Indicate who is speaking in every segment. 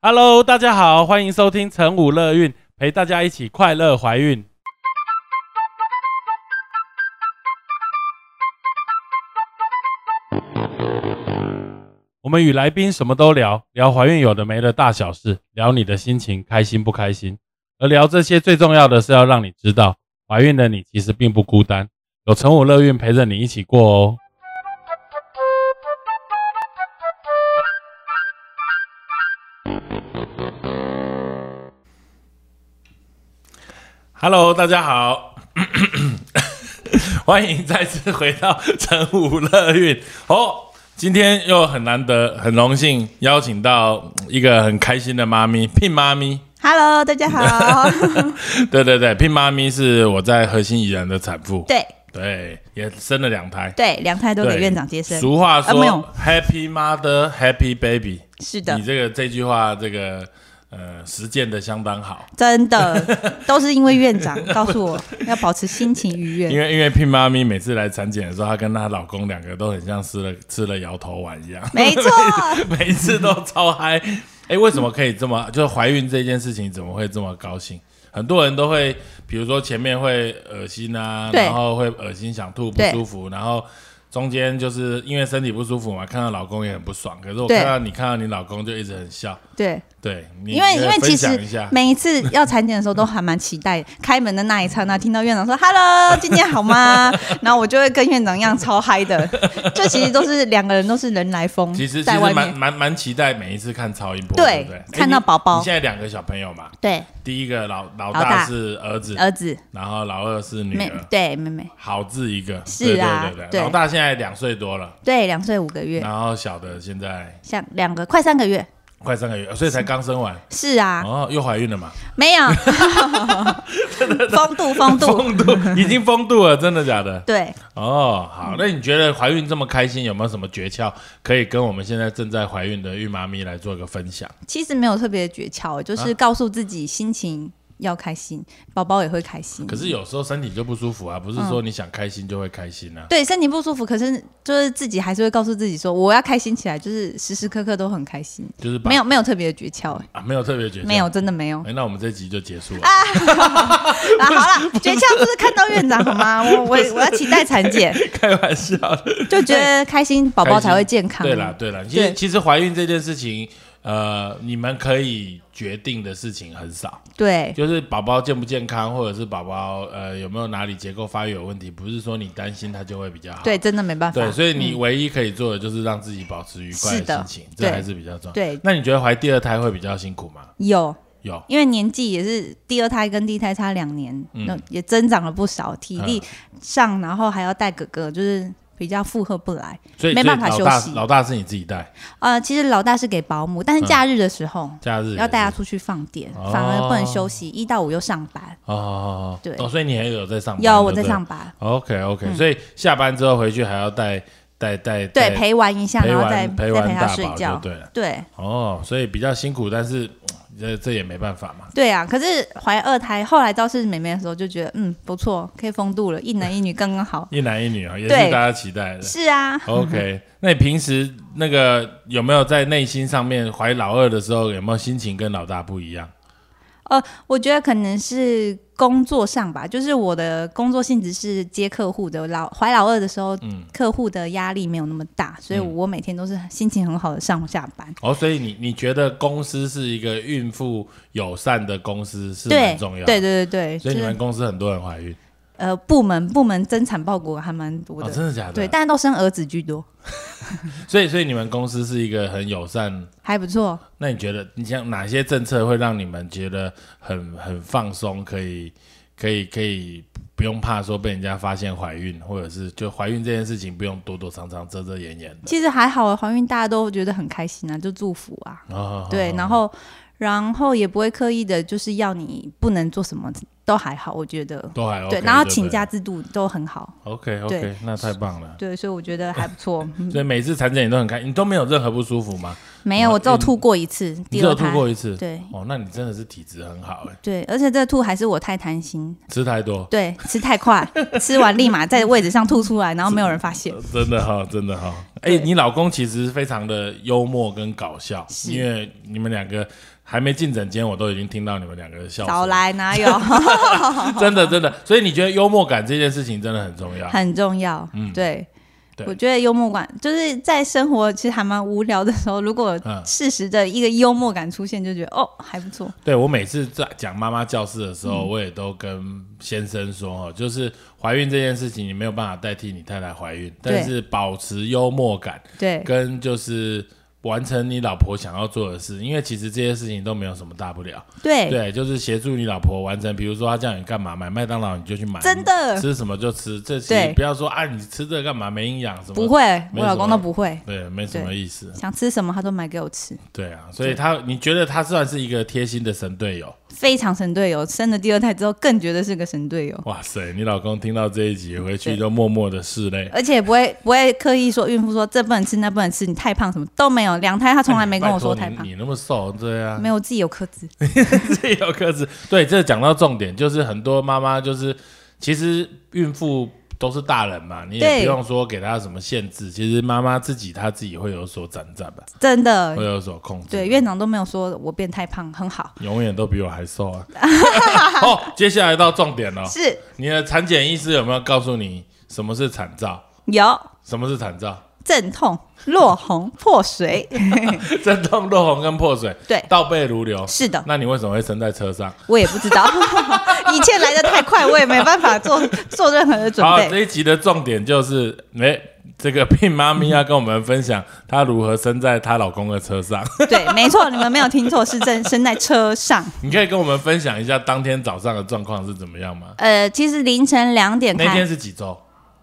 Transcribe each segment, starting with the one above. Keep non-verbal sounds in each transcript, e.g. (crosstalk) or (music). Speaker 1: Hello，大家好，欢迎收听《晨武乐韵》，陪大家一起快乐怀孕。我们与来宾什么都聊，聊怀孕有的没的大小事，聊你的心情，开心不开心。而聊这些最重要的是要让你知道，怀孕的你其实并不孤单，有晨武乐韵陪着你一起过哦。Hello，大家好， (clears throat) 欢迎再次回到晨武乐韵哦。今天又很难得，很荣幸邀请到一个很开心的妈咪，聘妈咪。
Speaker 2: Hello，大
Speaker 1: (laughs)
Speaker 2: 家好。
Speaker 1: 对对对，聘妈咪是我在核心宜然的产妇，
Speaker 2: 对
Speaker 1: 对，也生了两胎。
Speaker 2: 对，两胎都给院长接生。
Speaker 1: 俗话
Speaker 2: 啊
Speaker 1: 说、
Speaker 2: 没有
Speaker 1: h a p p y mother, happy baby。
Speaker 2: 是的
Speaker 1: 你，这个这句话，这个呃，实践的相当好。
Speaker 2: 真
Speaker 1: (laughs)
Speaker 2: 的都是因为院长告诉我要保持心情愉
Speaker 1: 因
Speaker 2: 悦。
Speaker 1: 为因为聘妈咪每次来产检的时候，她跟她老公两个都很像吃了吃了摇头丸一样，
Speaker 2: 没
Speaker 1: (laughs)
Speaker 2: 错，
Speaker 1: 每次都超嗨。 (laughs) 哎，为什么可以这么？就是怀孕这件事情怎么会这么高兴？很多人都会，比如说前面会恶心啊，
Speaker 2: 对
Speaker 1: 然后会恶心想吐不
Speaker 2: 对
Speaker 1: 舒服，然后中间就是因为身体不舒服嘛，看到老公也很不爽。可是我
Speaker 2: 对
Speaker 1: 看到你看到你老公就一直很笑，
Speaker 2: 对，
Speaker 1: 对，你
Speaker 2: 因为
Speaker 1: 你
Speaker 2: 因为
Speaker 1: 分
Speaker 2: 其
Speaker 1: 享
Speaker 2: 实
Speaker 1: 一下
Speaker 2: 每一次要产检的时候都还蛮期待，开门的那一刹那听到院长
Speaker 1: (laughs)
Speaker 2: 说 “Hello，今天好吗？”然后我就会跟院长一样超嗨
Speaker 1: (laughs)
Speaker 2: 的，就其实都是两个人都是人来疯
Speaker 1: 其实，其
Speaker 2: 在
Speaker 1: 实
Speaker 2: 外
Speaker 1: 蛮
Speaker 2: 面。
Speaker 1: 蛮蛮期待每一次看超音波，对
Speaker 2: 对
Speaker 1: 不对？
Speaker 2: 看
Speaker 1: 诶
Speaker 2: 到
Speaker 1: 你
Speaker 2: 宝宝
Speaker 1: 你现在两个小朋友嘛，
Speaker 2: 对，
Speaker 1: 第一个老老
Speaker 2: 老
Speaker 1: 大
Speaker 2: 大呃
Speaker 1: 是儿子，
Speaker 2: 儿子
Speaker 1: 然后老二是女
Speaker 2: 妹
Speaker 1: 儿，，
Speaker 2: 对妹妹，
Speaker 1: 好字一个，
Speaker 2: 是啊
Speaker 1: 对对对对，
Speaker 2: 对
Speaker 1: 老大现在两岁多了，
Speaker 2: 对，两岁五个月，
Speaker 1: 然后小的现在
Speaker 2: 像两个快三个月。
Speaker 1: 快三个月，所以才刚生完，
Speaker 2: 是啊，
Speaker 1: 哦，又怀孕了嘛，
Speaker 2: 没有，风度风度，
Speaker 1: 风度
Speaker 2: (laughs)
Speaker 1: 已经风度了，真的假的？
Speaker 2: 对，
Speaker 1: 哦，好，那你觉得怀孕这么开心，有没有什么诀窍可以跟我们现在正在怀孕的孕妈咪来做个分享？
Speaker 2: 其实没有特别的诀窍，
Speaker 1: 啊
Speaker 2: 就是告诉自己心情要开心，宝宝也会开心。
Speaker 1: 可是有时候身体就不舒服啊，不
Speaker 2: 嗯
Speaker 1: 是说你想开心就会开心啊。
Speaker 2: 对身体不舒服，可是就是自己还是会告诉自己说，我要开心起来，就是时时刻刻都很开心。
Speaker 1: 就是把
Speaker 2: 没有没有特别的诀窍，哎
Speaker 1: 啊，没有特别诀窍，
Speaker 2: 没有。真的没有
Speaker 1: 哎、。那我们这集就结束了。
Speaker 2: 啊，好了，诀窍就是看到院长
Speaker 1: (laughs)
Speaker 2: 好吗？我我我要期待产检，
Speaker 1: (laughs) 开玩笑的，
Speaker 2: 就觉得开心，宝宝才会健康。啊
Speaker 1: 对啦，对啦。其实
Speaker 2: 对
Speaker 1: 其实怀孕这件事情，呃，你们可以决定的事情很少，
Speaker 2: 对
Speaker 1: 就是宝宝健不健康，或者是宝宝呃有没有哪里结构发育有问题，不是说你担心它就会比较好。
Speaker 2: 对，真的没办法。
Speaker 1: 对，所以你唯一可以做的就是让自己保持愉快
Speaker 2: 是的
Speaker 1: 心情，这
Speaker 2: 对
Speaker 1: 还是比较重要。
Speaker 2: 嗯对
Speaker 1: 那你觉得怀第二胎会比较辛苦吗？
Speaker 2: 有
Speaker 1: 有，
Speaker 2: 因为年纪也是第二胎跟第一胎差两年，
Speaker 1: 嗯
Speaker 2: 那、也增长了不少，体力
Speaker 1: 啊
Speaker 2: 上，然后还要带哥哥，就是比较负荷不来。
Speaker 1: 所以
Speaker 2: 没办法
Speaker 1: 所以老大
Speaker 2: 休息
Speaker 1: 老大是你自己带，
Speaker 2: 呃，其实老大是给保姆，但是假日的时候、
Speaker 1: 假日也
Speaker 2: 要带
Speaker 1: 嗯
Speaker 2: 他啊
Speaker 1: 是
Speaker 2: 出去放电，
Speaker 1: 哦
Speaker 2: 反而不能休息，一到五又上班。
Speaker 1: 哦哦哦，
Speaker 2: 对
Speaker 1: 哦，所以你还有在上班？
Speaker 2: 有我
Speaker 1: 对
Speaker 2: 在
Speaker 1: 不对
Speaker 2: 上班，嗯
Speaker 1: OK OK，、所以下班之后回去还要带带带
Speaker 2: 对，
Speaker 1: 带
Speaker 2: 陪玩一下，
Speaker 1: 陪
Speaker 2: 然后再
Speaker 1: 完陪
Speaker 2: 再
Speaker 1: 完
Speaker 2: 陪他
Speaker 1: 大
Speaker 2: 睡
Speaker 1: 宝就
Speaker 2: 觉。
Speaker 1: 对了。
Speaker 2: 对
Speaker 1: 哦，所以比较辛苦，但是嗯这这也没办法嘛。
Speaker 2: 对啊，可是怀二胎后来倒是妹妹的时候，就觉得嗯不错，可以风度了，一男一女刚刚好
Speaker 1: (laughs) 。一男一女啊、也是
Speaker 2: 对
Speaker 1: 大家期待的。
Speaker 2: 是啊，
Speaker 1: OK，那你平时那个有没有在内心上面怀老二的时候，有没有心情跟老大不一样？
Speaker 2: 呃，我觉得可能是工作上吧，就是我的工作性质是接客户的，老怀老二的时候，
Speaker 1: 嗯
Speaker 2: 客户的压力没有那么大，所以
Speaker 1: 嗯
Speaker 2: 我每天都是心情很好的上下班。
Speaker 1: 哦，所以你你觉得公司是一个孕妇友善的公司是
Speaker 2: 对
Speaker 1: 很，重要的，
Speaker 2: 对对对对，
Speaker 1: 所以
Speaker 2: 就
Speaker 1: 你
Speaker 2: 是
Speaker 1: 们公司很多人怀孕，
Speaker 2: 呃部门部门增产报国还蛮多
Speaker 1: 哦，
Speaker 2: 的，
Speaker 1: 真的假的？
Speaker 2: 对，但是都生儿子居多，
Speaker 1: 所以所以你们公司是一个很友善。
Speaker 2: 还不错。
Speaker 1: 那你觉得，你像哪些政策会让你们觉得很很放松，可以可以可以不用怕说被人家发现怀孕，或者是就怀孕这件事情不用躲躲藏藏、遮遮掩掩的？
Speaker 2: 其实还好，怀孕大家都觉得很开心啊，就祝福啊，
Speaker 1: 哦，
Speaker 2: 对，然后然后也不会刻意的，就是要你不能做什么都还好，我觉得。
Speaker 1: 哦都还 OK，
Speaker 2: 对，然后
Speaker 1: 就
Speaker 2: 请
Speaker 1: 对
Speaker 2: 假制度都很好，
Speaker 1: OK
Speaker 2: 对
Speaker 1: OK，那太棒了。
Speaker 2: 对，所以我觉得还不错。嗯
Speaker 1: 所以每次产检你都很开，你都没有任何不舒服吗？
Speaker 2: 没有，我只有吐过一次，
Speaker 1: 嗯你
Speaker 2: 第
Speaker 1: 只
Speaker 2: 二
Speaker 1: 有吐
Speaker 2: 胎。
Speaker 1: 过一次。
Speaker 2: 对
Speaker 1: 哦，那你真的是体质很好哎，
Speaker 2: 对，而且这吐还是我太贪心，
Speaker 1: 吃太多，
Speaker 2: 对，吃太快， (laughs) 吃完立马在位置上吐出来，然后没有人发现。
Speaker 1: 真的哈，真的哈。哎，
Speaker 2: 对
Speaker 1: 你老公其实非常的幽默跟搞笑，因为你们两个还没进诊间，我都已经听到你们两个的 (laughs) 笑声。
Speaker 2: 早来哪有？
Speaker 1: 真的真的，所以你觉得幽默感这件事情真的很
Speaker 2: (laughs)
Speaker 1: 重要。
Speaker 2: 很重要。
Speaker 1: 嗯
Speaker 2: 对。
Speaker 1: 对
Speaker 2: 我觉得幽默感就是在生活其实还蛮无聊的时候，如果
Speaker 1: 嗯
Speaker 2: 适时的一个幽默感出现，就觉得哦还不错。
Speaker 1: 对我每次在讲妈妈教室的时
Speaker 2: 嗯
Speaker 1: 候，我也都跟先生说哦，就是怀孕这件事情，你没有办法代替你太太怀孕，
Speaker 2: 对
Speaker 1: 但是保持幽默感
Speaker 2: 对
Speaker 1: 跟就是。完成你老婆想要做的事，因为其实这些事情都没有什么大不了。
Speaker 2: 对
Speaker 1: 对，就是协助你老婆完成，比如说她叫你干嘛买麦当劳，你就去买，
Speaker 2: 真的
Speaker 1: 吃什么就吃，这些
Speaker 2: 对
Speaker 1: 不要说啊，你吃这个干嘛没营养什么，
Speaker 2: 不，会，
Speaker 1: 没
Speaker 2: 我
Speaker 1: 什
Speaker 2: 老
Speaker 1: 么
Speaker 2: 公都不会，
Speaker 1: 对，没什么
Speaker 2: 对
Speaker 1: 意思。
Speaker 2: 想吃什么他都买给我吃，
Speaker 1: 对啊，所以他，你觉得他算是一个贴心的神队友？
Speaker 2: 非常神队友。生了第二胎之后，更觉得是个神队友，
Speaker 1: 哇塞，你老公听到这一集回去
Speaker 2: 对呃
Speaker 1: 就默默的拭泪。
Speaker 2: 而且也不会不会刻意说孕妇说这不能吃那不能吃，你太胖什么都没有。两胎他从来没跟我说
Speaker 1: 哎拜
Speaker 2: 太
Speaker 1: 托
Speaker 2: 胖
Speaker 1: 你，你那么瘦，对啊，
Speaker 2: 没有我自己有克制。
Speaker 1: (laughs) 自己有克制。对，这讲到重点，就是很多妈妈就是，其实孕妇都是大人嘛，你也
Speaker 2: 对
Speaker 1: 不用说给她什么限制，其实妈妈自己她自己会有所掌掌吧，
Speaker 2: 真的
Speaker 1: 会，有所控制。
Speaker 2: 对院长都没有说我变太胖，很好，
Speaker 1: 永远都比我还瘦啊！ (laughs) 哦，接下来到重点了，
Speaker 2: 是
Speaker 1: 你的产检医师有没有告诉你什么是产兆？
Speaker 2: 有
Speaker 1: 什么是产兆？ (laughs)
Speaker 2: 阵痛、落红、破水。
Speaker 1: 阵痛、落红跟破水，
Speaker 2: 对
Speaker 1: 倒背如流。
Speaker 2: 是的，
Speaker 1: 那你为什么会生在车上？
Speaker 2: 我也不知道， (laughs) 一切来得太快，我也没办法做做任何的准
Speaker 1: 好，这
Speaker 2: 备。
Speaker 1: 一集的重点就是，哎、这个病妈咪要跟我们分享 (laughs) 她如何生在她老公的车上。 (laughs)
Speaker 2: 对，没错，你们没有听错，是正身在车上。
Speaker 1: 你可以跟我们分享一下当天早上的状况是怎么样吗？
Speaker 2: 呃，其实凌晨两点
Speaker 1: 那天
Speaker 2: 开，
Speaker 1: 是几周？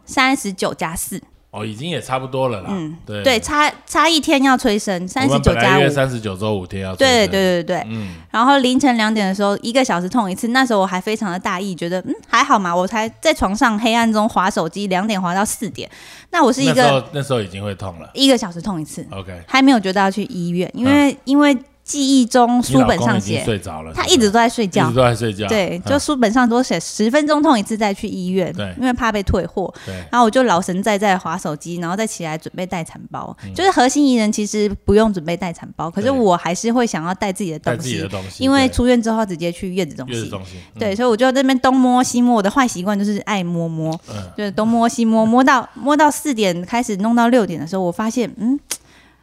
Speaker 2: 三十九加四，
Speaker 1: 哦，已经也差不多了啦。
Speaker 2: 嗯，
Speaker 1: 对
Speaker 2: 对，差差一天要催生，三
Speaker 1: 我
Speaker 2: 十
Speaker 1: 们
Speaker 2: 九
Speaker 1: 本
Speaker 2: 加
Speaker 1: 来
Speaker 2: 五
Speaker 1: 约，三十九周五天要催
Speaker 2: 对对
Speaker 1: 生，
Speaker 2: 对对对。
Speaker 1: 嗯，
Speaker 2: 然后凌晨两点的时候，一个小时痛一次。那时候我还非常的大意，觉得嗯还好嘛，我才在床上黑暗中划手机，两点划到四点。那我是一
Speaker 1: 那时
Speaker 2: 个
Speaker 1: 候那时候已经会痛了。
Speaker 2: 一个小时痛一次，
Speaker 1: OK，
Speaker 2: 还没有觉得要去医院，因为、因为记忆中
Speaker 1: 你
Speaker 2: 书
Speaker 1: 老
Speaker 2: 本
Speaker 1: 公
Speaker 2: 上
Speaker 1: 已经
Speaker 2: 写，
Speaker 1: 睡着了，
Speaker 2: 他
Speaker 1: 是
Speaker 2: 一
Speaker 1: 不
Speaker 2: 直
Speaker 1: 是
Speaker 2: 都在睡
Speaker 1: 嗯一
Speaker 2: 觉
Speaker 1: 直。都在睡觉。
Speaker 2: 对，
Speaker 1: 嗯
Speaker 2: 就书本上都写十分钟痛一次再去医院，
Speaker 1: 对
Speaker 2: 因为怕被退货。
Speaker 1: 对
Speaker 2: 然后我就老神在在划手机，然后再起来准备待产包。就是核心艺人其实不用准备待产包，可是
Speaker 1: 嗯对
Speaker 2: 我还是会想要带自己的
Speaker 1: 带
Speaker 2: 东
Speaker 1: 自己
Speaker 2: 西
Speaker 1: 的，东西，
Speaker 2: 因为
Speaker 1: 对
Speaker 2: 出院之后直接去月子中
Speaker 1: 月子
Speaker 2: 心。
Speaker 1: 中心，嗯
Speaker 2: 对，所以我就在那边东摸西摸，我的坏习惯就是爱摸摸，
Speaker 1: 嗯
Speaker 2: 就是东摸西摸，摸到摸到四点开始弄到六点的时候，我发现嗯。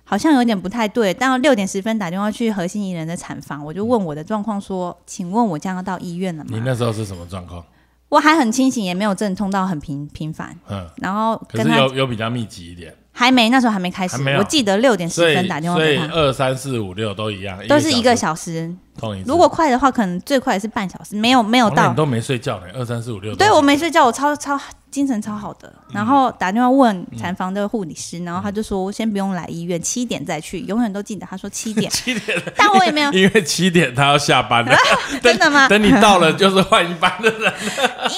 Speaker 2: 好像有点不太对，但六点十分打电话去核心宜人的产房，我就问我的状况说：“请问我这样要到医院了
Speaker 1: 你
Speaker 2: 吗
Speaker 1: 那时候是什么状况？？”
Speaker 2: 我还很清醒，也没有阵痛到很频频繁。
Speaker 1: 嗯，
Speaker 2: 然后
Speaker 1: 可
Speaker 2: 跟
Speaker 1: 是
Speaker 2: 他
Speaker 1: 有有比较密集一点，
Speaker 2: 还没那时候还没开始
Speaker 1: 还没，有
Speaker 2: 我记得六点
Speaker 1: 所
Speaker 2: 十
Speaker 1: 以
Speaker 2: 分打电话
Speaker 1: 所
Speaker 2: 给
Speaker 1: 以
Speaker 2: 他，
Speaker 1: 二三四五六都一样，
Speaker 2: 都是一个
Speaker 1: 小
Speaker 2: 小时。
Speaker 1: 时痛一次。
Speaker 2: 如果快的话，可能最快也是半小时，没有没有
Speaker 1: 哦那
Speaker 2: 到
Speaker 1: 你。都没睡觉呢，二三四五六都。
Speaker 2: 对我没睡觉，我超超精神超好的。然后打电话问产房的护理师，然后他就说先不用来医院，七点再去，永远都记得他说七点
Speaker 1: (laughs) 七点，
Speaker 2: 但我也没有，
Speaker 1: 因为七点他要下班了，
Speaker 2: (laughs) 真的吗
Speaker 1: 等你到了就是换一班的人。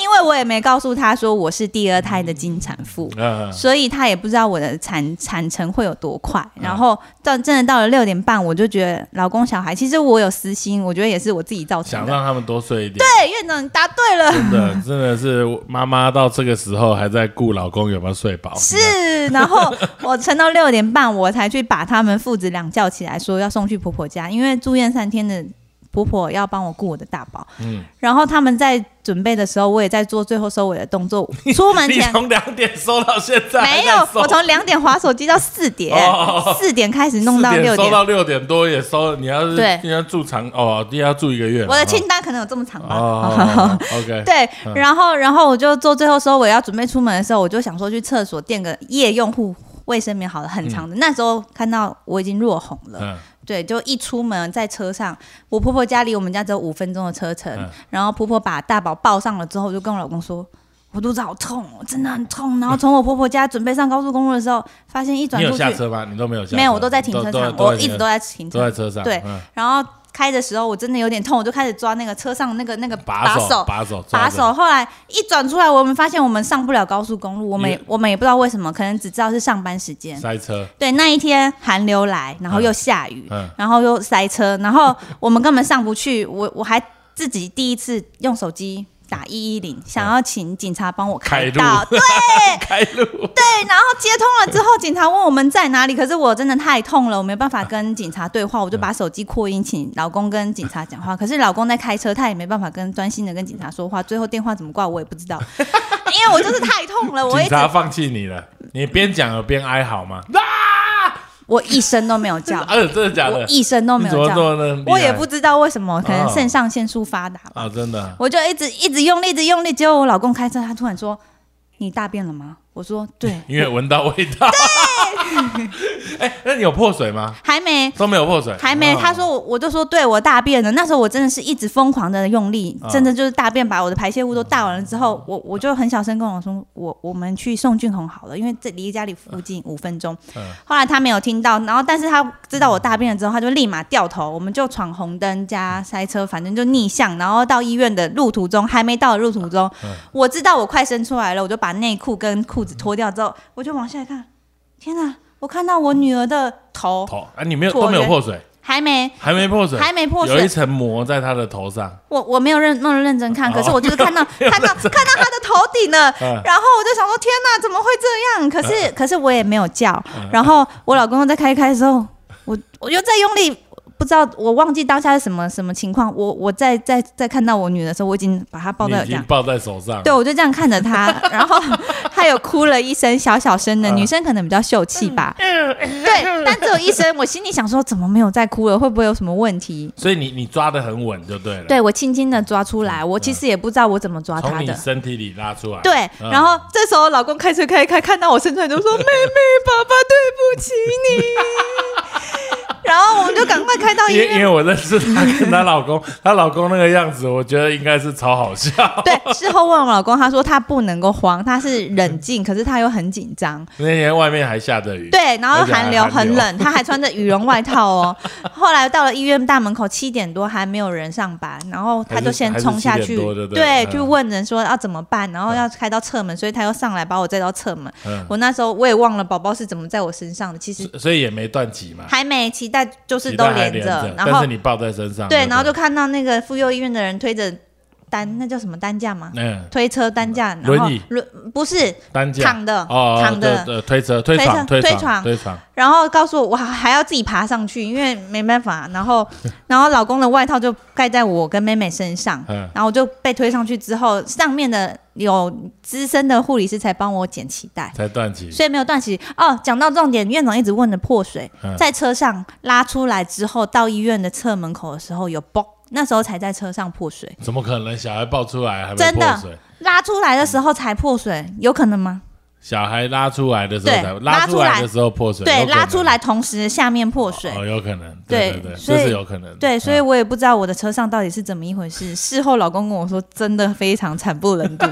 Speaker 2: 因为我也没告诉他说我是第二胎的经产妇。
Speaker 1: 嗯，
Speaker 2: 所以他也不知道我的产产程会有多快，
Speaker 1: 嗯
Speaker 2: 然后到真的到了六点半，我就觉得老公小孩，其实我有私心，我觉得也是我自己造成
Speaker 1: 想
Speaker 2: 的。
Speaker 1: 让他们多睡一点。
Speaker 2: 对，院长你答对了，
Speaker 1: 真的，真的是妈妈到这个时候还在顾老公有没有睡饱。
Speaker 2: 是，然后我撑到六点半，我才去把他们父子俩叫起来，说要送去婆婆家，因为住院三天的婆婆要帮我顾我的大宝。
Speaker 1: 嗯，
Speaker 2: 然后他们在准备的时候，我也在做最后收尾的动作。出
Speaker 1: (laughs)
Speaker 2: 门
Speaker 1: 你
Speaker 2: 前
Speaker 1: 从两点收到现在还
Speaker 2: 没
Speaker 1: 在
Speaker 2: 有，
Speaker 1: 收
Speaker 2: 我从两点划手机到四点
Speaker 1: 哦哦哦，
Speaker 2: 四点开始弄到
Speaker 1: 4
Speaker 2: 六
Speaker 1: 收
Speaker 2: 点。
Speaker 1: 到六点多也收。你要是
Speaker 2: 对
Speaker 1: 你要住长哦，你要住一个月了。
Speaker 2: 我的
Speaker 1: 哦
Speaker 2: 清单可能有这么长吧。 (laughs)
Speaker 1: 哦，OK，
Speaker 2: 对
Speaker 1: 嗯，
Speaker 2: 然后然后我就做最后收尾要准备出门的时候，我就想说去厕所垫个夜用护卫生棉，好了，很长的。那时候看到我已经落红了，
Speaker 1: 嗯，
Speaker 2: 对，就一出门在车上，我婆婆家离我们家只有五分钟的车程，
Speaker 1: 嗯
Speaker 2: 然后婆婆把大宝抱上了之后，我就跟我老公说。我肚子好痛哦，真的很痛。然后从我婆婆家准备上高速公路的时候，发现一转
Speaker 1: 你有
Speaker 2: 出去
Speaker 1: 下车吗？你都没有下车，
Speaker 2: 没有，我都在停车
Speaker 1: 都
Speaker 2: 场，
Speaker 1: 都
Speaker 2: 我
Speaker 1: 在
Speaker 2: 一直都在停
Speaker 1: 都在
Speaker 2: 车。
Speaker 1: 车上，
Speaker 2: 对
Speaker 1: 嗯
Speaker 2: 然后开的时候，我真的有点痛，我就开始抓那个车上那个那个把
Speaker 1: 把手
Speaker 2: 手。
Speaker 1: 把手抓
Speaker 2: 把
Speaker 1: 着
Speaker 2: 手，后来一转出来，我们发现我们上不了高速公路，我们也
Speaker 1: 因为
Speaker 2: 我们也不知道为什么，可能只知道是上班时间。
Speaker 1: 塞车，
Speaker 2: 对，那一天寒流来，然后又下雨，
Speaker 1: 嗯，
Speaker 2: 然后又塞车，然后我们根本上不去。我我还自己第一次用手机打一一零，想要请警察帮我
Speaker 1: 嗯
Speaker 2: 开
Speaker 1: 开
Speaker 2: 道。
Speaker 1: 路
Speaker 2: 对，
Speaker 1: 开路，
Speaker 2: 对然后接通了之后，警察问我们在哪里，可是我真的太痛了，我没办法跟警察对话，我就把手机扩音，请老公跟警察讲话。可是老公在开车，他也没办法跟专心的跟警察说话，最后电话怎么挂我也不
Speaker 1: (laughs)
Speaker 2: 知道，因为我就是太痛了，我一
Speaker 1: 警
Speaker 2: 直
Speaker 1: 察放弃你了，你边讲有边哀嚎吗？
Speaker 2: 我一声都没有叫，
Speaker 1: 啊，真的 (laughs) 假
Speaker 2: 我
Speaker 1: 的？
Speaker 2: 一声都
Speaker 1: 你
Speaker 2: 没
Speaker 1: 怎
Speaker 2: 有
Speaker 1: 么
Speaker 2: 叫，
Speaker 1: 做呢？
Speaker 2: 我也不知道为什么，可能
Speaker 1: 哦
Speaker 2: 肾上腺素发达吧。
Speaker 1: 啊，真的啊，，
Speaker 2: 我就一直一直用力，一直用力。结果我老公开车，他突然说：“你大便了吗？”我说：“对
Speaker 1: 因为闻到味道。 (laughs) 哎，那你有破水吗？
Speaker 2: 还没，
Speaker 1: 都没有破水，
Speaker 2: 还没。”
Speaker 1: 哦
Speaker 2: 他说：“我我就说对我大便了。”那时候我真的是一直疯狂的用力
Speaker 1: 哦，
Speaker 2: 真的就是大便把我的排泄物都大完了之后，我我就很小声跟我说：“我我们去宋俊宏好了，因为这离家里附近五分钟。
Speaker 1: 嗯”
Speaker 2: 后来他没有听到，然后但是他知道我大便了之后，他就立马掉头，我们就闯红灯加塞车，反正就逆向，然后到医院的路途中，还没到的路途中，我知道我快生出来了，我就把内裤跟裤子脱掉之后，我就往下看，天哪！我看到我女儿的头
Speaker 1: 头啊，你没有
Speaker 2: 椭圆
Speaker 1: 都没有破水，
Speaker 2: 还没
Speaker 1: 还没破水，
Speaker 2: 还没破
Speaker 1: 有一
Speaker 2: 水，
Speaker 1: 层膜在他的头上，
Speaker 2: 我我没有认那么认真
Speaker 1: 哦
Speaker 2: 看，可是我就
Speaker 1: (laughs)
Speaker 2: 是看到看到看到她的头顶了，
Speaker 1: 嗯
Speaker 2: 然后我就想说天哪，怎么会这样？可
Speaker 1: (laughs)
Speaker 2: 是可是我也没有叫，
Speaker 1: 嗯
Speaker 2: 然后我老公在开一开的时候，我我又在用力。不知道，我忘记当下是什么什么情况。我我在在在看到我女儿的时候，我已经把她抱
Speaker 1: 你
Speaker 2: 到
Speaker 1: 已
Speaker 2: 这样
Speaker 1: 经，嗯抱在手上，
Speaker 2: 对，，我就这样看
Speaker 1: (laughs)
Speaker 2: 着她，然后她有哭了一声，小小声
Speaker 1: 嗯
Speaker 2: 的，女生可能比较秀气吧。对，但只有一声，我心里想说，怎么没有再哭了？会不会有什么问题？
Speaker 1: (laughs) 所以你你抓的很稳就对了，，嗯
Speaker 2: 对我轻轻的抓出来，我其实也不知道我怎么抓她
Speaker 1: 从你
Speaker 2: 的。
Speaker 1: 身体里拉出来，
Speaker 2: 对，
Speaker 1: 嗯
Speaker 2: 然后这时候老公开车开一开，看到我伸出来就说：“妹妹，爸爸对不起你。”
Speaker 1: (laughs)
Speaker 2: 然后我们就赶快开到医
Speaker 1: 因为因为
Speaker 2: 院。
Speaker 1: 我认识她跟她老公， (laughs) 她老公那个样子，我觉得应该是超好
Speaker 2: (laughs)
Speaker 1: 笑。
Speaker 2: 对，事后问我老公，他说他不能够慌，他是
Speaker 1: (laughs)
Speaker 2: 冷静，可是他又很紧张。
Speaker 1: 那天外面还下着雨，
Speaker 2: 对，然后
Speaker 1: 而且还
Speaker 2: 寒流
Speaker 1: 寒流
Speaker 2: 很冷，他还穿着羽绒外
Speaker 1: (laughs)
Speaker 2: 套哦。后来到了医院大门口七点多还没有人上班，然后他就先冲下
Speaker 1: 还是
Speaker 2: 去
Speaker 1: 7点多就，对
Speaker 2: 对，
Speaker 1: 嗯
Speaker 2: 去问人说要怎么办，然后要开到侧门，所以他又上来把我载到侧门。
Speaker 1: 嗯，
Speaker 2: 我那时候我也忘了宝宝是怎么在我身上的，其实
Speaker 1: 所所以也没断脐嘛，
Speaker 2: 还没脐带就是
Speaker 1: 脐
Speaker 2: 都
Speaker 1: 带还连
Speaker 2: 着，然
Speaker 1: 但
Speaker 2: 后
Speaker 1: 是你抱在身上，
Speaker 2: 对，然后就
Speaker 1: 对
Speaker 2: 看到那个妇幼医院的人推着担，那叫什么担架吗？
Speaker 1: 嗯，
Speaker 2: 推车担架，然后
Speaker 1: 轮椅
Speaker 2: 轮不是
Speaker 1: 担架
Speaker 2: 躺的
Speaker 1: 哦，
Speaker 2: 躺
Speaker 1: 对
Speaker 2: 啊
Speaker 1: 对，
Speaker 2: 的，
Speaker 1: 推车推
Speaker 2: 推
Speaker 1: 床
Speaker 2: 车
Speaker 1: 推
Speaker 2: 推床
Speaker 1: 推床，
Speaker 2: 然后告诉我我还还要自己爬上去，因为没办法。然后， (laughs) 然后老公的外套就盖在我跟妹妹身上，
Speaker 1: 嗯
Speaker 2: 然后我就被推上去之后，上面的有资深的护理师才帮我剪脐带。
Speaker 1: 才断脐，
Speaker 2: 所以没有断脐哦。讲到重点，院长一直问的破水，
Speaker 1: 嗯
Speaker 2: 在车上拉出来之后，到医院的侧门口的时候有嘣，那时候才在车上破水，
Speaker 1: 怎么可能小孩抱出来还没
Speaker 2: 真
Speaker 1: 破
Speaker 2: 的
Speaker 1: 水？
Speaker 2: 拉出来的时候才破水，
Speaker 1: 嗯
Speaker 2: 有可能吗？
Speaker 1: 小孩拉出来的时候
Speaker 2: 对
Speaker 1: 才
Speaker 2: 拉
Speaker 1: 出
Speaker 2: 出
Speaker 1: 来
Speaker 2: 来
Speaker 1: 的时候破水，有
Speaker 2: 对，
Speaker 1: 可能
Speaker 2: 拉出来同时下面破水，
Speaker 1: 哦，有可能，
Speaker 2: 对
Speaker 1: 对对，
Speaker 2: 所
Speaker 1: 这
Speaker 2: 以
Speaker 1: 是有可能的，
Speaker 2: 对，所以
Speaker 1: 嗯
Speaker 2: 我也不知道我的车上到底是怎么一回事。事后老公跟我说，真的非常惨
Speaker 1: (laughs)
Speaker 2: 不忍睹，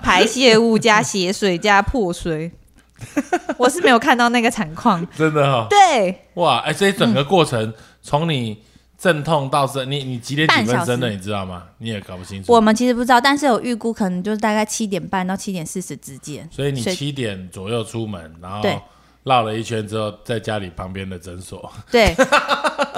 Speaker 2: 排泄物加血水加破水， (laughs) 我是没有看到那个惨况。
Speaker 1: 真的哦，
Speaker 2: 对，嗯
Speaker 1: 哇，哎，所以整个过程从你阵痛到生，你你几点几
Speaker 2: 半小
Speaker 1: 分
Speaker 2: 时
Speaker 1: 生的，你知道吗？你也搞不清楚，
Speaker 2: 我们其实不知道，但是有预估，可能就是大概七点半到七点四十之间。
Speaker 1: 所以你
Speaker 2: 所以
Speaker 1: 七点左右出门，然后
Speaker 2: 对
Speaker 1: 绕了一圈之后，在家里旁边的诊所，
Speaker 2: (laughs) 对，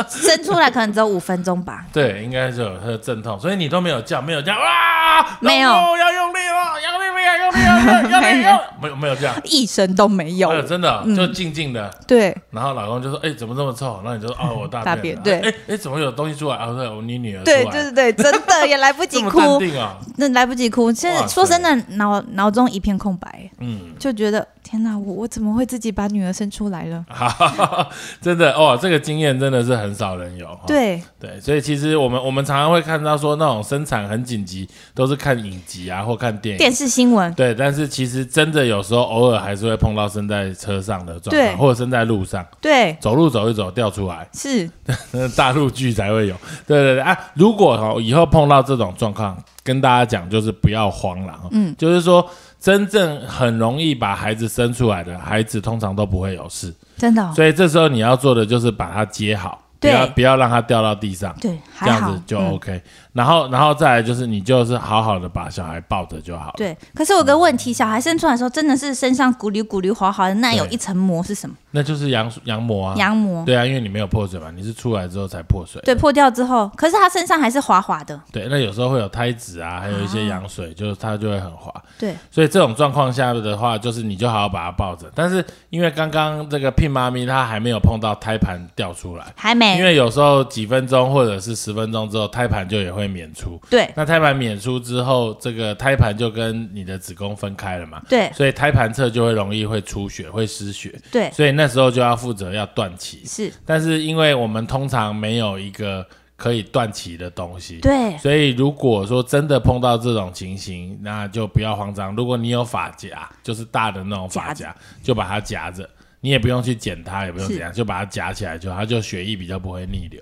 Speaker 2: 生出来可能只有五分钟吧。
Speaker 1: 对，应该是有他的阵痛，所以你都没有叫，没有叫啊，
Speaker 2: 没有
Speaker 1: 老公要用力哦，要用力，要用力，要用力，要
Speaker 2: (laughs)
Speaker 1: 用力，要用力没有没有这样，
Speaker 2: 一声都没有
Speaker 1: 哎呦，真的
Speaker 2: 嗯
Speaker 1: 哦就静静的，
Speaker 2: 对
Speaker 1: 然后老公就说：“哎、怎么这么臭？”然后你就说：“哦，我大
Speaker 2: 大
Speaker 1: 便了。
Speaker 2: 便对
Speaker 1: 哎哎、怎么有东西出来？啊，对，我你女儿出来
Speaker 2: 对，就是对，真的也来不
Speaker 1: (laughs)
Speaker 2: 及
Speaker 1: 这么
Speaker 2: 哭，
Speaker 1: 淡定啊、
Speaker 2: 那来不及哭。现
Speaker 1: 哇
Speaker 2: 在说真的，脑脑中一片空白。
Speaker 1: 嗯，
Speaker 2: 就觉得天哪，我我怎么会自己把女儿生出来了？
Speaker 1: 好，真的哦，这个经验真的是很少人有。哦
Speaker 2: 对
Speaker 1: 对，所以其实我们我们常常会看到说那种生产很紧急，都是看影集啊或看电影。
Speaker 2: 电视新闻，
Speaker 1: 对，但是其实真的有时候偶尔还是会碰到生在车上的状
Speaker 2: 对
Speaker 1: 况，或者生在路上
Speaker 2: 对，
Speaker 1: 走路走一走掉出来，
Speaker 2: 是
Speaker 1: 那大陆剧才会有。对对对啊，如果哦以后碰到这种状况，跟大家讲就是不要慌了哈。嗯，就是说真正很容易把孩子生出来的孩子，通常都不会有事，
Speaker 2: 真的哦、
Speaker 1: 所以这时候你要做的就是把他接好。不要
Speaker 2: 对
Speaker 1: 不要让它掉到地上，
Speaker 2: 对，
Speaker 1: 这
Speaker 2: 还
Speaker 1: 样
Speaker 2: 好
Speaker 1: 子就
Speaker 2: 嗯
Speaker 1: OK。然后然后再来就是你就是好好的把小孩抱着就好了。嗯
Speaker 2: 对，可是我有个问题，小孩生出来的时候，真的是身上骨溜骨溜滑滑的，那有
Speaker 1: 对
Speaker 2: 一层膜是什么？
Speaker 1: 那就是羊水羊膜啊，
Speaker 2: 羊膜。
Speaker 1: 对啊，因为你没有破水嘛，你是出来之后才破水。
Speaker 2: 对，破掉之后，可是他身上还是滑滑的。
Speaker 1: 对，那有时候会有胎脂啊，还有一些羊水，就是它就会很滑。
Speaker 2: 对，
Speaker 1: 所以这种状况下的话，就是你就好好把它抱着。但是因为刚刚这个聘妈咪她还没有碰到胎盘掉出来，
Speaker 2: 还
Speaker 1: 因
Speaker 2: 没。
Speaker 1: 为有时候几分钟或者是十分钟之后，胎盘就也会娩出。
Speaker 2: 对
Speaker 1: 那胎盘娩出之后，这个胎盘就跟你的子宫分开了嘛，
Speaker 2: 对
Speaker 1: 所以胎盘侧就会容易会出血、会失血，
Speaker 2: 对，
Speaker 1: 所以那时候就要负责要断脐。
Speaker 2: 是，
Speaker 1: 但是因为我们通常没有一个可以断脐的东西，
Speaker 2: 对
Speaker 1: 所以如果说真的碰到这种情形，那就不要慌张。如果你有发夹，就是大的那种发夹，就把它夹着，你也不用去剪它，也不用
Speaker 2: 是
Speaker 1: 怎样，就把它夹起来就好，它就血液比较不会逆流。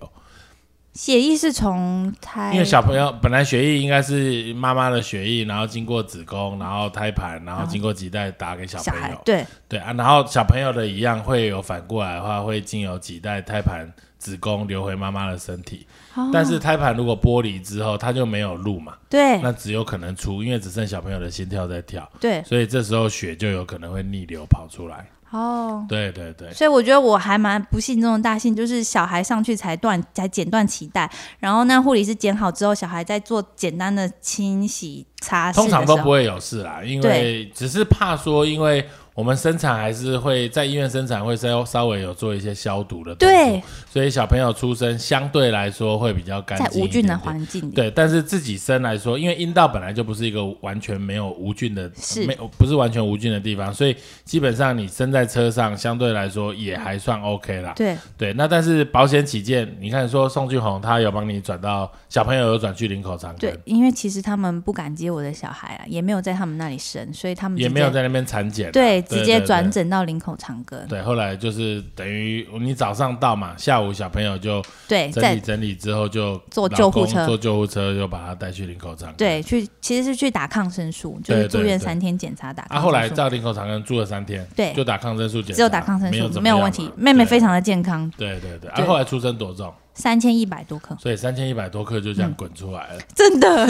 Speaker 2: 血液是从胎，
Speaker 1: 因为小朋友本来血液应该是妈妈的血液，然后经过子宫，然后胎盘，然后经过脐带打给小
Speaker 2: 小
Speaker 1: 朋
Speaker 2: 孩
Speaker 1: 友，
Speaker 2: 对
Speaker 1: 对啊，然后小朋友的一样会有反过来的话，会经由脐带、胎盘、子宫流回妈妈的身体。
Speaker 2: 哦
Speaker 1: 但是胎盘如果剥离之后，它就没有路嘛，
Speaker 2: 对
Speaker 1: 那只有可能出，因为只剩小朋友的心跳在跳，
Speaker 2: 对
Speaker 1: 所以这时候血就有可能会逆流跑出来。
Speaker 2: 哦。
Speaker 1: 对对对，
Speaker 2: 所以我觉得我还蛮不幸中的大幸，就是小孩上去才断才剪断脐带，然后那护理师剪好之后，小孩再做简单的清洗擦拭的
Speaker 1: 通
Speaker 2: 时候，
Speaker 1: 常都不会有事啦，因为只是怕说，因为我们生产还是会在医院生产会稍稍微有做一些消毒的动作
Speaker 2: 对，
Speaker 1: 所以小朋友出生相对来说会比较干
Speaker 2: 在
Speaker 1: 净
Speaker 2: 无
Speaker 1: 一
Speaker 2: 菌的
Speaker 1: 点点
Speaker 2: 环境里，
Speaker 1: 对，但是自己生来说，因为阴道本来就不是一个完全没有无菌的，
Speaker 2: 是
Speaker 1: 没有不是完全无菌的地方，所以基本上你生在车上，相对来说也还算 OK 啦。
Speaker 2: 对
Speaker 1: 对，那但是保险起见，你看说宋俊宏他有帮你转到小朋友有转去林口长
Speaker 2: 对
Speaker 1: 庚，，
Speaker 2: 因为其实他们不敢接我的小孩啊，也没有在他们那里生，所以他们
Speaker 1: 也
Speaker 2: 直
Speaker 1: 没有
Speaker 2: 接
Speaker 1: 在那边产检啊，
Speaker 2: 对直接转
Speaker 1: 对
Speaker 2: 诊到林口长庚，
Speaker 1: 对，后来就是等于你早上到嘛，下午小朋友就
Speaker 2: 对，
Speaker 1: 整理
Speaker 2: 哎在
Speaker 1: 整理之后就
Speaker 2: 坐
Speaker 1: 老
Speaker 2: 救护
Speaker 1: 公
Speaker 2: 车
Speaker 1: 坐救护车就把他带去林口长庚。
Speaker 2: 对去其实是去打抗生素，就
Speaker 1: 对
Speaker 2: 是
Speaker 1: 对
Speaker 2: 住院
Speaker 1: 对
Speaker 2: 三天检查打抗
Speaker 1: 啊，
Speaker 2: 生素。
Speaker 1: 后来在林口长庚住了三天，
Speaker 2: 对
Speaker 1: 就打抗生素检查，
Speaker 2: 只有打抗生
Speaker 1: 没有
Speaker 2: 素
Speaker 1: 怎么
Speaker 2: 没有
Speaker 1: 样
Speaker 2: 问
Speaker 1: 嘛
Speaker 2: 题，妹妹
Speaker 1: 对
Speaker 2: 非常的健康，
Speaker 1: 对对对，啊，
Speaker 2: 对
Speaker 1: 后来出生多重，
Speaker 2: 三千一百多克，
Speaker 1: 所以三千一百多克就这
Speaker 2: 嗯
Speaker 1: 样滚出来了。
Speaker 2: 真的，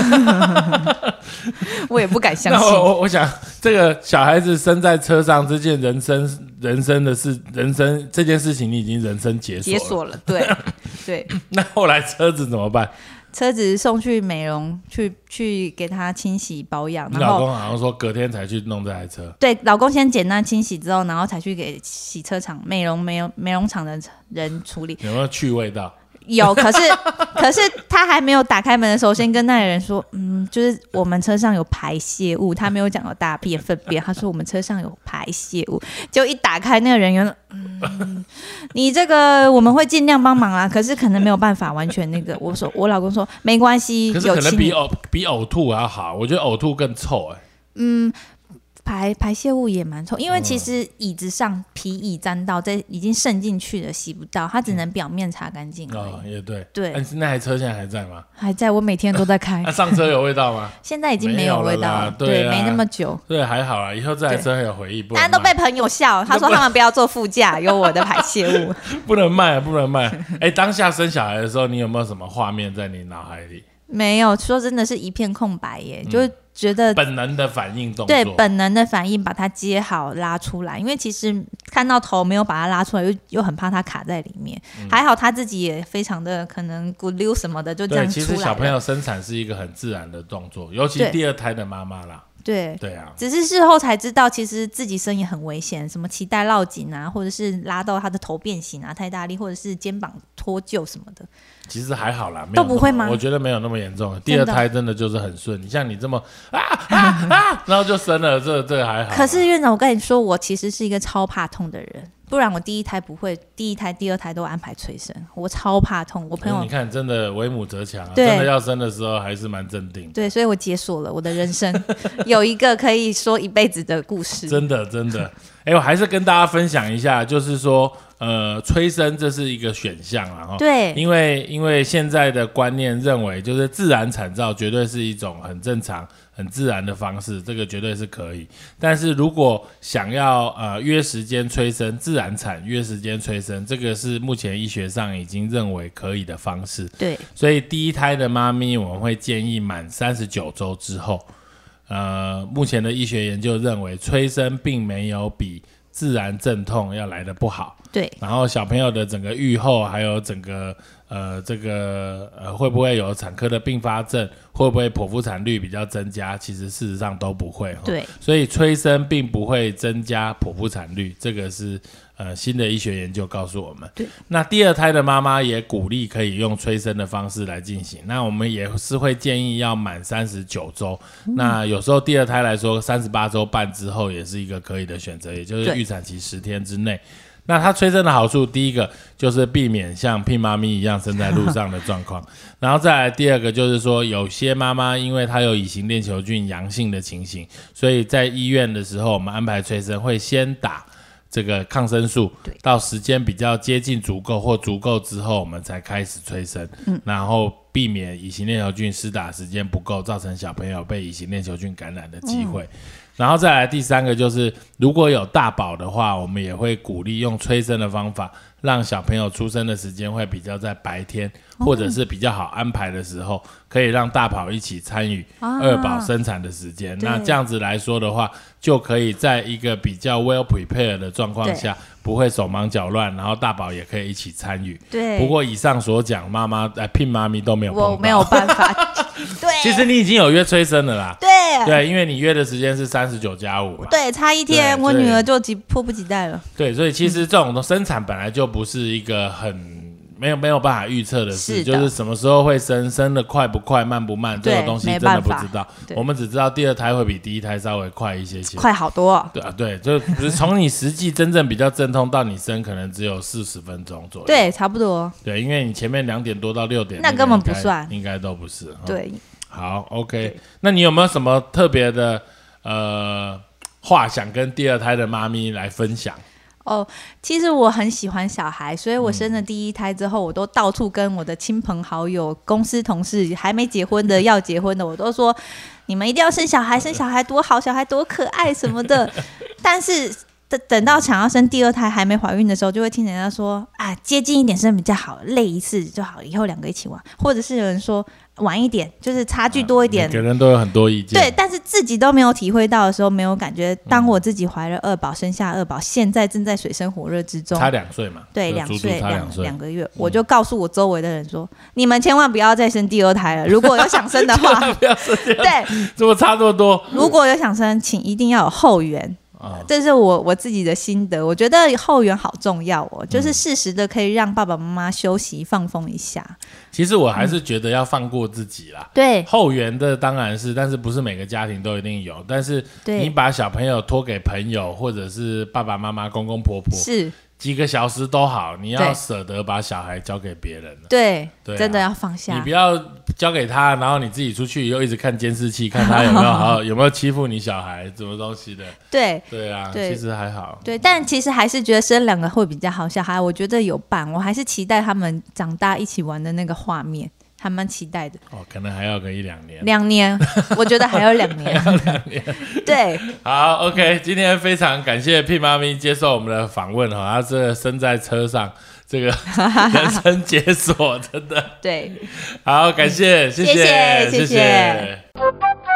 Speaker 2: (laughs)
Speaker 1: (laughs)
Speaker 2: 我也不敢相
Speaker 1: 那我
Speaker 2: 信。
Speaker 1: 我我想，这个小孩子生在车上这件人生人生的事，人生这件事情，你已经人生解锁
Speaker 2: 解
Speaker 1: 了。
Speaker 2: 锁了，
Speaker 1: (laughs)
Speaker 2: 对对，
Speaker 1: 那后来车子怎么办？
Speaker 2: 车子送去美容，去去给他清洗保养，
Speaker 1: 你
Speaker 2: 然
Speaker 1: 老
Speaker 2: 后
Speaker 1: 公好像说隔天才去弄这台车。
Speaker 2: 对，老公先简单清洗之后，然后才去给洗车厂、美容、美容、美容厂的人处理。
Speaker 1: 有没有去味道？
Speaker 2: 有，可是可是他还没有打开门的时候，先跟那个人说，嗯，就是我们车上有排泄物，他没有讲到大便、粪便，他说我们车上有排泄物。结果一打开，那个人员，嗯，你这个我们会尽量帮忙啊，可是可能没有办法完全那个。我说我老公说没关系，
Speaker 1: 可是
Speaker 2: 有
Speaker 1: 可能
Speaker 2: 清
Speaker 1: 比
Speaker 2: 理
Speaker 1: 呕比呕吐还要好，我觉得呕吐更臭哎、
Speaker 2: 嗯，排排泄物也蛮臭，因为其实椅子上皮椅沾到，这已经渗进去了，洗不到，它只能表面擦干净而已。
Speaker 1: 哦，也对。
Speaker 2: 对
Speaker 1: 但是那台车现在还在吗？
Speaker 2: 还在我每天都在开
Speaker 1: 那、，上车有味道吗？
Speaker 2: 现在已经
Speaker 1: 没
Speaker 2: 有
Speaker 1: 有了
Speaker 2: 味道
Speaker 1: 啦
Speaker 2: 了，
Speaker 1: 对啊
Speaker 2: 没那么久。
Speaker 1: 对，还好啦，以后这台车还有回忆，不
Speaker 2: 大家
Speaker 1: 能
Speaker 2: 都被
Speaker 1: 卖，
Speaker 2: 朋友笑，他说他们不要坐副驾，有我的排泄
Speaker 1: (laughs)
Speaker 2: 物。
Speaker 1: 不能卖，不能卖。 (laughs) 哎，当下生小孩的时候，你有没有什么画面在你脑海里？
Speaker 2: 没有，说真的是一片空白耶，就是觉得
Speaker 1: 嗯本能的反应动作，
Speaker 2: 呃对本能的反应把它接好拉出来，因为其实看到头没有把它拉出来，又又很怕它卡在里面。
Speaker 1: 嗯
Speaker 2: 还好他自己也非常的可能骨溜什么的，就这
Speaker 1: 对，
Speaker 2: 样
Speaker 1: 其
Speaker 2: 出
Speaker 1: 实
Speaker 2: 来
Speaker 1: 小朋
Speaker 2: 了
Speaker 1: 友生产是一个很自然的动作，尤其
Speaker 2: 对
Speaker 1: 第二胎的妈妈啦，
Speaker 2: 对。
Speaker 1: 对啊，
Speaker 2: 只是事后才知道，其实自己生也很危险，什么脐带绕颈啊，或者是拉到他的头变形啊，太大力，或者是肩膀脱臼什么的。
Speaker 1: 其实还好啦，没有
Speaker 2: 都不会
Speaker 1: 那么
Speaker 2: 吗
Speaker 1: 我觉得没有那么严重，第
Speaker 2: 真
Speaker 1: 二
Speaker 2: 的哦
Speaker 1: 胎真的就是很顺，你像你这么啊啊啊， (laughs) 然后就生了，这这还好。啊
Speaker 2: 可是院长，我跟你说，我其实是一个超怕痛的人，不然我第一胎不会，第一胎、第二胎都安排催生，我超怕痛。我
Speaker 1: 可
Speaker 2: 朋
Speaker 1: 是
Speaker 2: 友
Speaker 1: 你看，真的为母则强、啊，
Speaker 2: 对
Speaker 1: 真的要生的时候还是蛮镇定的，
Speaker 2: 对，所以我解锁了我的人
Speaker 1: (laughs)
Speaker 2: 生，有一个可以说一辈子的故
Speaker 1: (laughs)
Speaker 2: 事。
Speaker 1: 真的真的。哎、我还是跟大家分享一下，就是说，呃，催生这是一个选项啦，哈。
Speaker 2: 对，
Speaker 1: 因为因为现在的观念认为，就是自然产兆绝对是一种很正常、很自然的方式，这个绝对是可以。但是如果想要呃约时间催生自然产，约时间催生，这个是目前医学上已经认为可以的方式。
Speaker 2: 对，
Speaker 1: 所以第一胎的妈咪，我们会建议满三十九周之后，呃，目前的医学研究认为催生并没有比自然阵痛要来的不好。
Speaker 2: 对，
Speaker 1: 然后小朋友的整个愈后，还有整个呃这个呃会不会有产科的并发症，会不会剖腹产率比较增加，其实事实上都不会。哦
Speaker 2: 对，
Speaker 1: 所以催生并不会增加剖腹产率，这个是呃新的医学研究告诉我们。
Speaker 2: 对，
Speaker 1: 那第二胎的妈妈也鼓励可以用催生的方式来进行。那我们也是会建议要满三十九周，
Speaker 2: 嗯
Speaker 1: 那有时候第二胎来说，三十八周半之后也是一个可以的选择，也就是
Speaker 2: 对
Speaker 1: 预产期十天之内。那它催生的好处，第一个就是避免像聘妈咪一样生在路上的状
Speaker 2: (laughs)
Speaker 1: 况，然后再来第二个就是说，有些妈妈因为她有乙型链球菌阳性的情形，所以在医院的时候，我们安排催生会先打这个抗生素
Speaker 2: 对，
Speaker 1: 到时间比较接近足够或足够之后，我们才开始催生，
Speaker 2: 嗯
Speaker 1: 然后避免乙型链球菌施打时间不够，造成小朋友被乙型链球菌感染的机会。
Speaker 2: 嗯
Speaker 1: 然后再来第三个就是，如果有大宝的话，我们也会鼓励用催生的方法，让小朋友出生的时间会比较在白天，
Speaker 2: 哦
Speaker 1: 或者是比较好安排的时候，可以让大宝一起参与
Speaker 2: 啊
Speaker 1: 二宝生产的时间。
Speaker 2: 对
Speaker 1: 那这样子来说的话，就可以在一个比较 well prepared 的状况下，不会手忙脚乱，然后大宝也可以一起参与。
Speaker 2: 对
Speaker 1: 不过以上所讲，妈妈呃聘妈咪都没有碰到，
Speaker 2: 我没有。办法。
Speaker 1: (laughs)
Speaker 2: 对，
Speaker 1: 其实你已经有约催生了啦。
Speaker 2: 对
Speaker 1: 对，因为你约的时间是三十九加五嘛。
Speaker 2: 对，差一天，
Speaker 1: 对
Speaker 2: 我
Speaker 1: 对
Speaker 2: 女儿就急迫不及待了。
Speaker 1: 对，所以其实这种东生产本来就不是一个很没有没有办法预测的事，
Speaker 2: 是的
Speaker 1: 就是什么时候会生，生的快不快、慢不慢，这
Speaker 2: 对
Speaker 1: 个东西
Speaker 2: 没
Speaker 1: 真的
Speaker 2: 办
Speaker 1: 不
Speaker 2: 法
Speaker 1: 知道。
Speaker 2: 对
Speaker 1: 我们只知道第二胎会比第一胎稍微快一些些。
Speaker 2: 快好多、哦。
Speaker 1: 对啊，对，就不是从你实际真正比较阵痛到你生，可能只有四十分钟左右。
Speaker 2: 对，差不多。哦
Speaker 1: 对，因为你前面两点多到六点，
Speaker 2: 那
Speaker 1: 个
Speaker 2: 根本
Speaker 1: 应该
Speaker 2: 不算
Speaker 1: 应该都不是。哈，
Speaker 2: 对，
Speaker 1: 好，OK，那你有没有什么特别的呃话想跟第二胎的妈咪来分享？
Speaker 2: 哦，其实我很喜欢小孩，所以我生了第一胎之后，我都到处跟我的亲朋好友、公司同事、还没结婚的、要结婚的，我都说你们一定要生小孩，生小孩多好，小孩多可爱什么的。但是等等到想要生第二胎还没怀孕的时候，就会听人家说啊，接近一点生比较好，累一次就好，以后两个一起玩，或者是有人说晚一点，就是差距多一点
Speaker 1: 每，个人都有很多意见。
Speaker 2: 对，但是自己都没有体会到的时候，没有感觉。当我自己怀了二宝，生下二宝，现在正在水深火热之中，
Speaker 1: 差两岁嘛，
Speaker 2: 对，
Speaker 1: 就
Speaker 2: 两
Speaker 1: 足足
Speaker 2: 岁
Speaker 1: 差
Speaker 2: 两
Speaker 1: 两岁，嗯
Speaker 2: 两个月，我就告诉我周围的人说：“你们千万不要再生第二胎了，如果有想生的
Speaker 1: (laughs)
Speaker 2: 话，
Speaker 1: (laughs) 不要说这样，
Speaker 2: 对，
Speaker 1: 怎么差这么多？
Speaker 2: 如果有想生，请一定要有后援。”
Speaker 1: 啊
Speaker 2: 这是我我自己的心得，我觉得后援好重要哦，
Speaker 1: 嗯
Speaker 2: 就是适时的可以让爸爸妈妈休息放风一下。
Speaker 1: 其实我还是
Speaker 2: 嗯
Speaker 1: 觉得要放过自己啦。
Speaker 2: 对
Speaker 1: 后援的当然是，但是不是每个家庭都一定有。但是你
Speaker 2: 对，
Speaker 1: 把小朋友托给朋友或者是爸爸妈妈、公公婆婆，
Speaker 2: 是，
Speaker 1: 几个小时都好，你要
Speaker 2: 对
Speaker 1: 舍得把小孩交给别人了。
Speaker 2: 对，
Speaker 1: 对啊
Speaker 2: 真的要放下。
Speaker 1: 你不要交给他，然后你自己出去又一直看监视器，看他有没有
Speaker 2: (laughs)
Speaker 1: 好有没有欺负你小孩，什么东西的。
Speaker 2: 对，
Speaker 1: 对啊，
Speaker 2: 对
Speaker 1: 其实还好。
Speaker 2: 对，但其实还是觉得生两个会比较好。小孩，我觉得有伴，我还是期待他们长大一起玩的那个画面，还蛮期待的。
Speaker 1: 哦，可能还要个一两年。
Speaker 2: 两年，我觉得还有 (laughs) 两年。对，
Speaker 1: 好，OK，今天非常感谢屁妈咪接受我们的访问哈，她这个身在车上，这个 (laughs) 人生解锁，真的
Speaker 2: 对。
Speaker 1: 好，感谢，谢
Speaker 2: 谢谢谢
Speaker 1: 谢
Speaker 2: 谢
Speaker 3: Thank you.